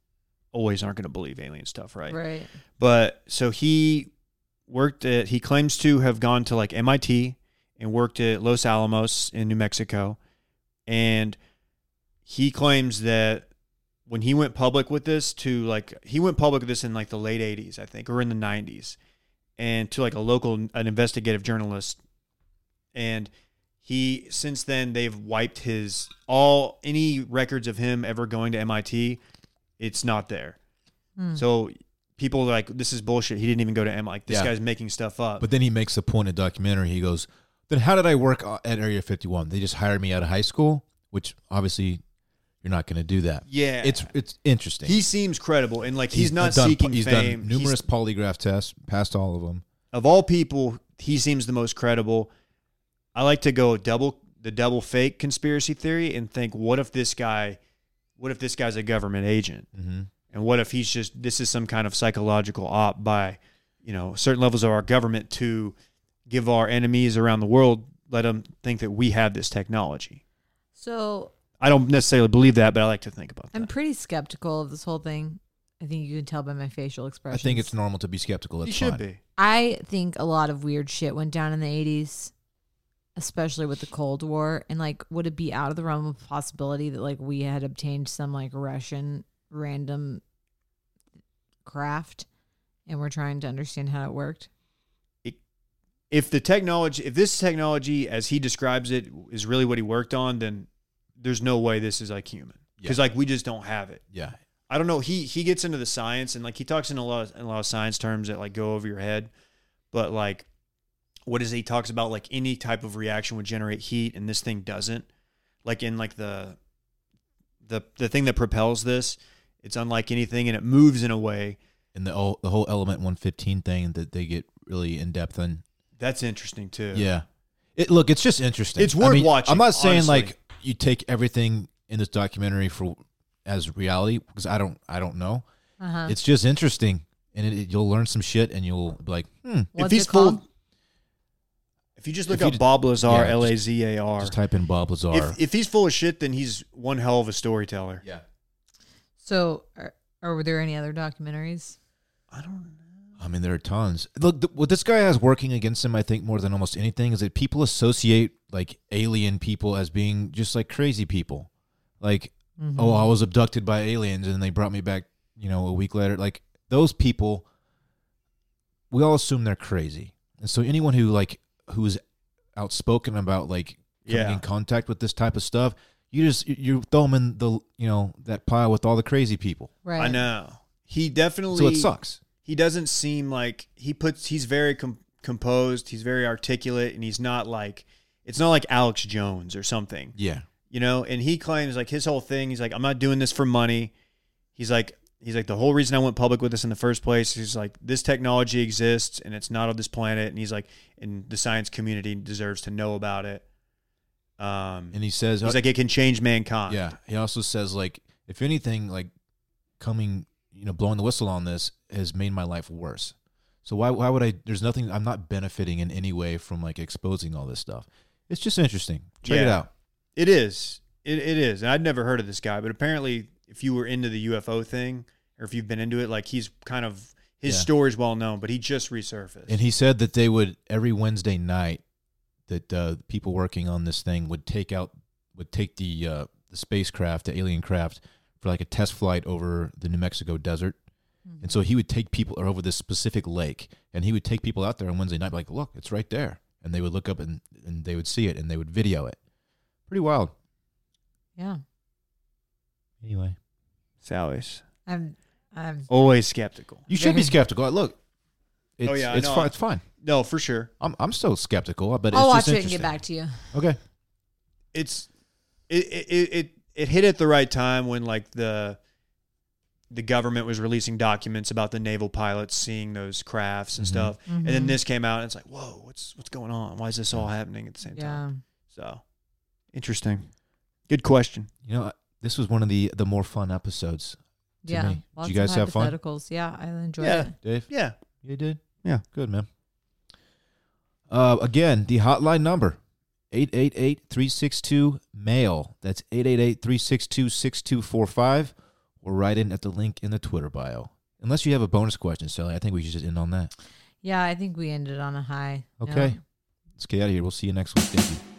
always aren't going to believe alien stuff, right?
Right.
But so he worked at he claims to have gone to like MIT and worked at Los Alamos in New Mexico, and he claims that when he went public with this to like he went public with this in like the late 80s i think or in the 90s and to like a local an investigative journalist and he since then they've wiped his all any records of him ever going to MIT it's not there
Hmm.
so people are like this is bullshit he didn't even go to MIT like this
Yeah.
guy's making stuff up
Uh, But then he makes the point in the documentary. He goes, "Then how did I work o- at Area 51? They just hired me out of high school, which obviously you're not going to do that.
yeah
It's it's interesting.
he seems credible and like he's, not
done,
seeking
He's
fame
done
He's-
numerous polygraph tests, passed all of them.
of all people, he seems the most credible. I like to go double the double fake conspiracy theory and think, what if this guy, what if this guy's a government agent,
Mm-hmm.
and what if he's just this is some kind of psychological op by, you know, certain levels of our government to give our enemies around the world let them think that we have this technology.
So
I don't necessarily believe that, but I like to think about that.
I'm pretty skeptical of this whole thing. I think you can tell by my facial
I
expressions.
think it's normal to be skeptical. That's
you should
fine.
be.
I think a lot of weird shit went down in the 80s, especially with the Cold War. And like, would it be out of the realm of possibility that like we had obtained some like Russian random craft and we're trying to understand how it worked?
if the technology if this technology as he describes it is really what he worked on then there's no way this is like human because like we just don't have it
Yeah,
i don't know he he gets into the science and like he talks in a lot of, in a lot of science terms that like go over your head but like what is it? he talks about like any type of reaction would generate heat and this thing doesn't like in like the the the thing that propels this it's unlike anything and it moves in a way
and the whole, the whole element 115 thing that they get really in depth in.
that's interesting too
Yeah, it look, it's just interesting.
It's worth
I mean,
watching,
I'm not saying
honestly.
like you take everything in this documentary for as reality because I don't I don't know.
Uh-huh.
It's just interesting, and it, it- you'll learn some shit, and you'll be like, hmm.
What's
if he's
it called?
full if you just
If
look
you
up
just-
Bob Lazar,
yeah, just-
L A Z A R,
Just type in Bob Lazar.
If, if he's full of shit, then he's one hell of a storyteller.
yeah,
So, are, are there any other documentaries?
I don't know.
I mean, there are tons. Look, th- what this guy has working against him, I think, more than almost anything, is that people associate like alien people as being just like crazy people. Like,
Mm-hmm.
oh, I was abducted by aliens and they brought me back, you know, a week later. Like, those people, we all assume they're crazy. And so, anyone who like, who's outspoken about like coming
Yeah.
in contact with this type of stuff, you just, you- you throw them in the, you know, that pile with all the crazy people.
Right.
I know. He definitely.
So it sucks.
He doesn't seem like he puts. He's very com- composed. He's very articulate, and he's not like. It's not like Alex Jones or something,
Yeah.
you know. And he claims like his whole thing. He's like, I'm not doing this for money. He's like, he's like the whole reason I went public with this in the first place. He's like this technology exists and it's not of this planet, and he's like, and the science community deserves to know about it. Um,
And he says, uh,
he's like it can change mankind.
yeah. He also says, like, if anything, like coming, you know, blowing the whistle on this has made my life worse. So why, why would I? There's nothing. I'm not benefiting in any way from like exposing all this stuff. It's just interesting. Check it
Yeah.
out.
It is. It, it is. And I'd never heard of this guy, but apparently, if you were into the UFO thing or if you've been into it, like he's kind of his
Yeah.
story's well known, but he just resurfaced.
And he said that they would every Wednesday night that uh, people working on this thing would take out would take the uh, the spacecraft, the alien craft, for like a test flight over the New Mexico desert. And
Mm-hmm.
so he would take people or over this specific lake, and he would take people out there on Wednesday night, like, look, it's right there, and they would look up and and they would see it and they would video it. Pretty wild.
Yeah.
Anyway,
Sally's
I'm I'm
always skeptical.
you should be skeptical. Look, it's,
Oh, yeah, I
it's
know.
fine. It's fine.
No, for sure.
I'm I'm still skeptical, but it's
I'll watch
just
it and get
interesting.
back to you.
Okay.
It's it it, it it it hit at the right time when like the the government was releasing documents about the naval pilots seeing those crafts and
Mhm.
stuff. And then
Mhm.
this came out and it's like, whoa, what's what's going on? Why is this all happening at the same time?
Yeah.
So interesting. Good question.
You know, this was one of the the more fun episodes, to
Yeah.
me. Did you guys have fun?
hypotheticals. Yeah, I enjoyed
Yeah.
it.
Dave.
Yeah.
You did?
Yeah.
Good, man. Uh, again, the hotline number 888 362 MAIL. That's 888 362 6245. Or write in at the link in the Twitter bio. Unless you have a bonus question, Sally, I think we should just end on that.
Yeah, I think we ended on a high. note.
Okay. Let's get out of here. We'll see you next week. Thank you.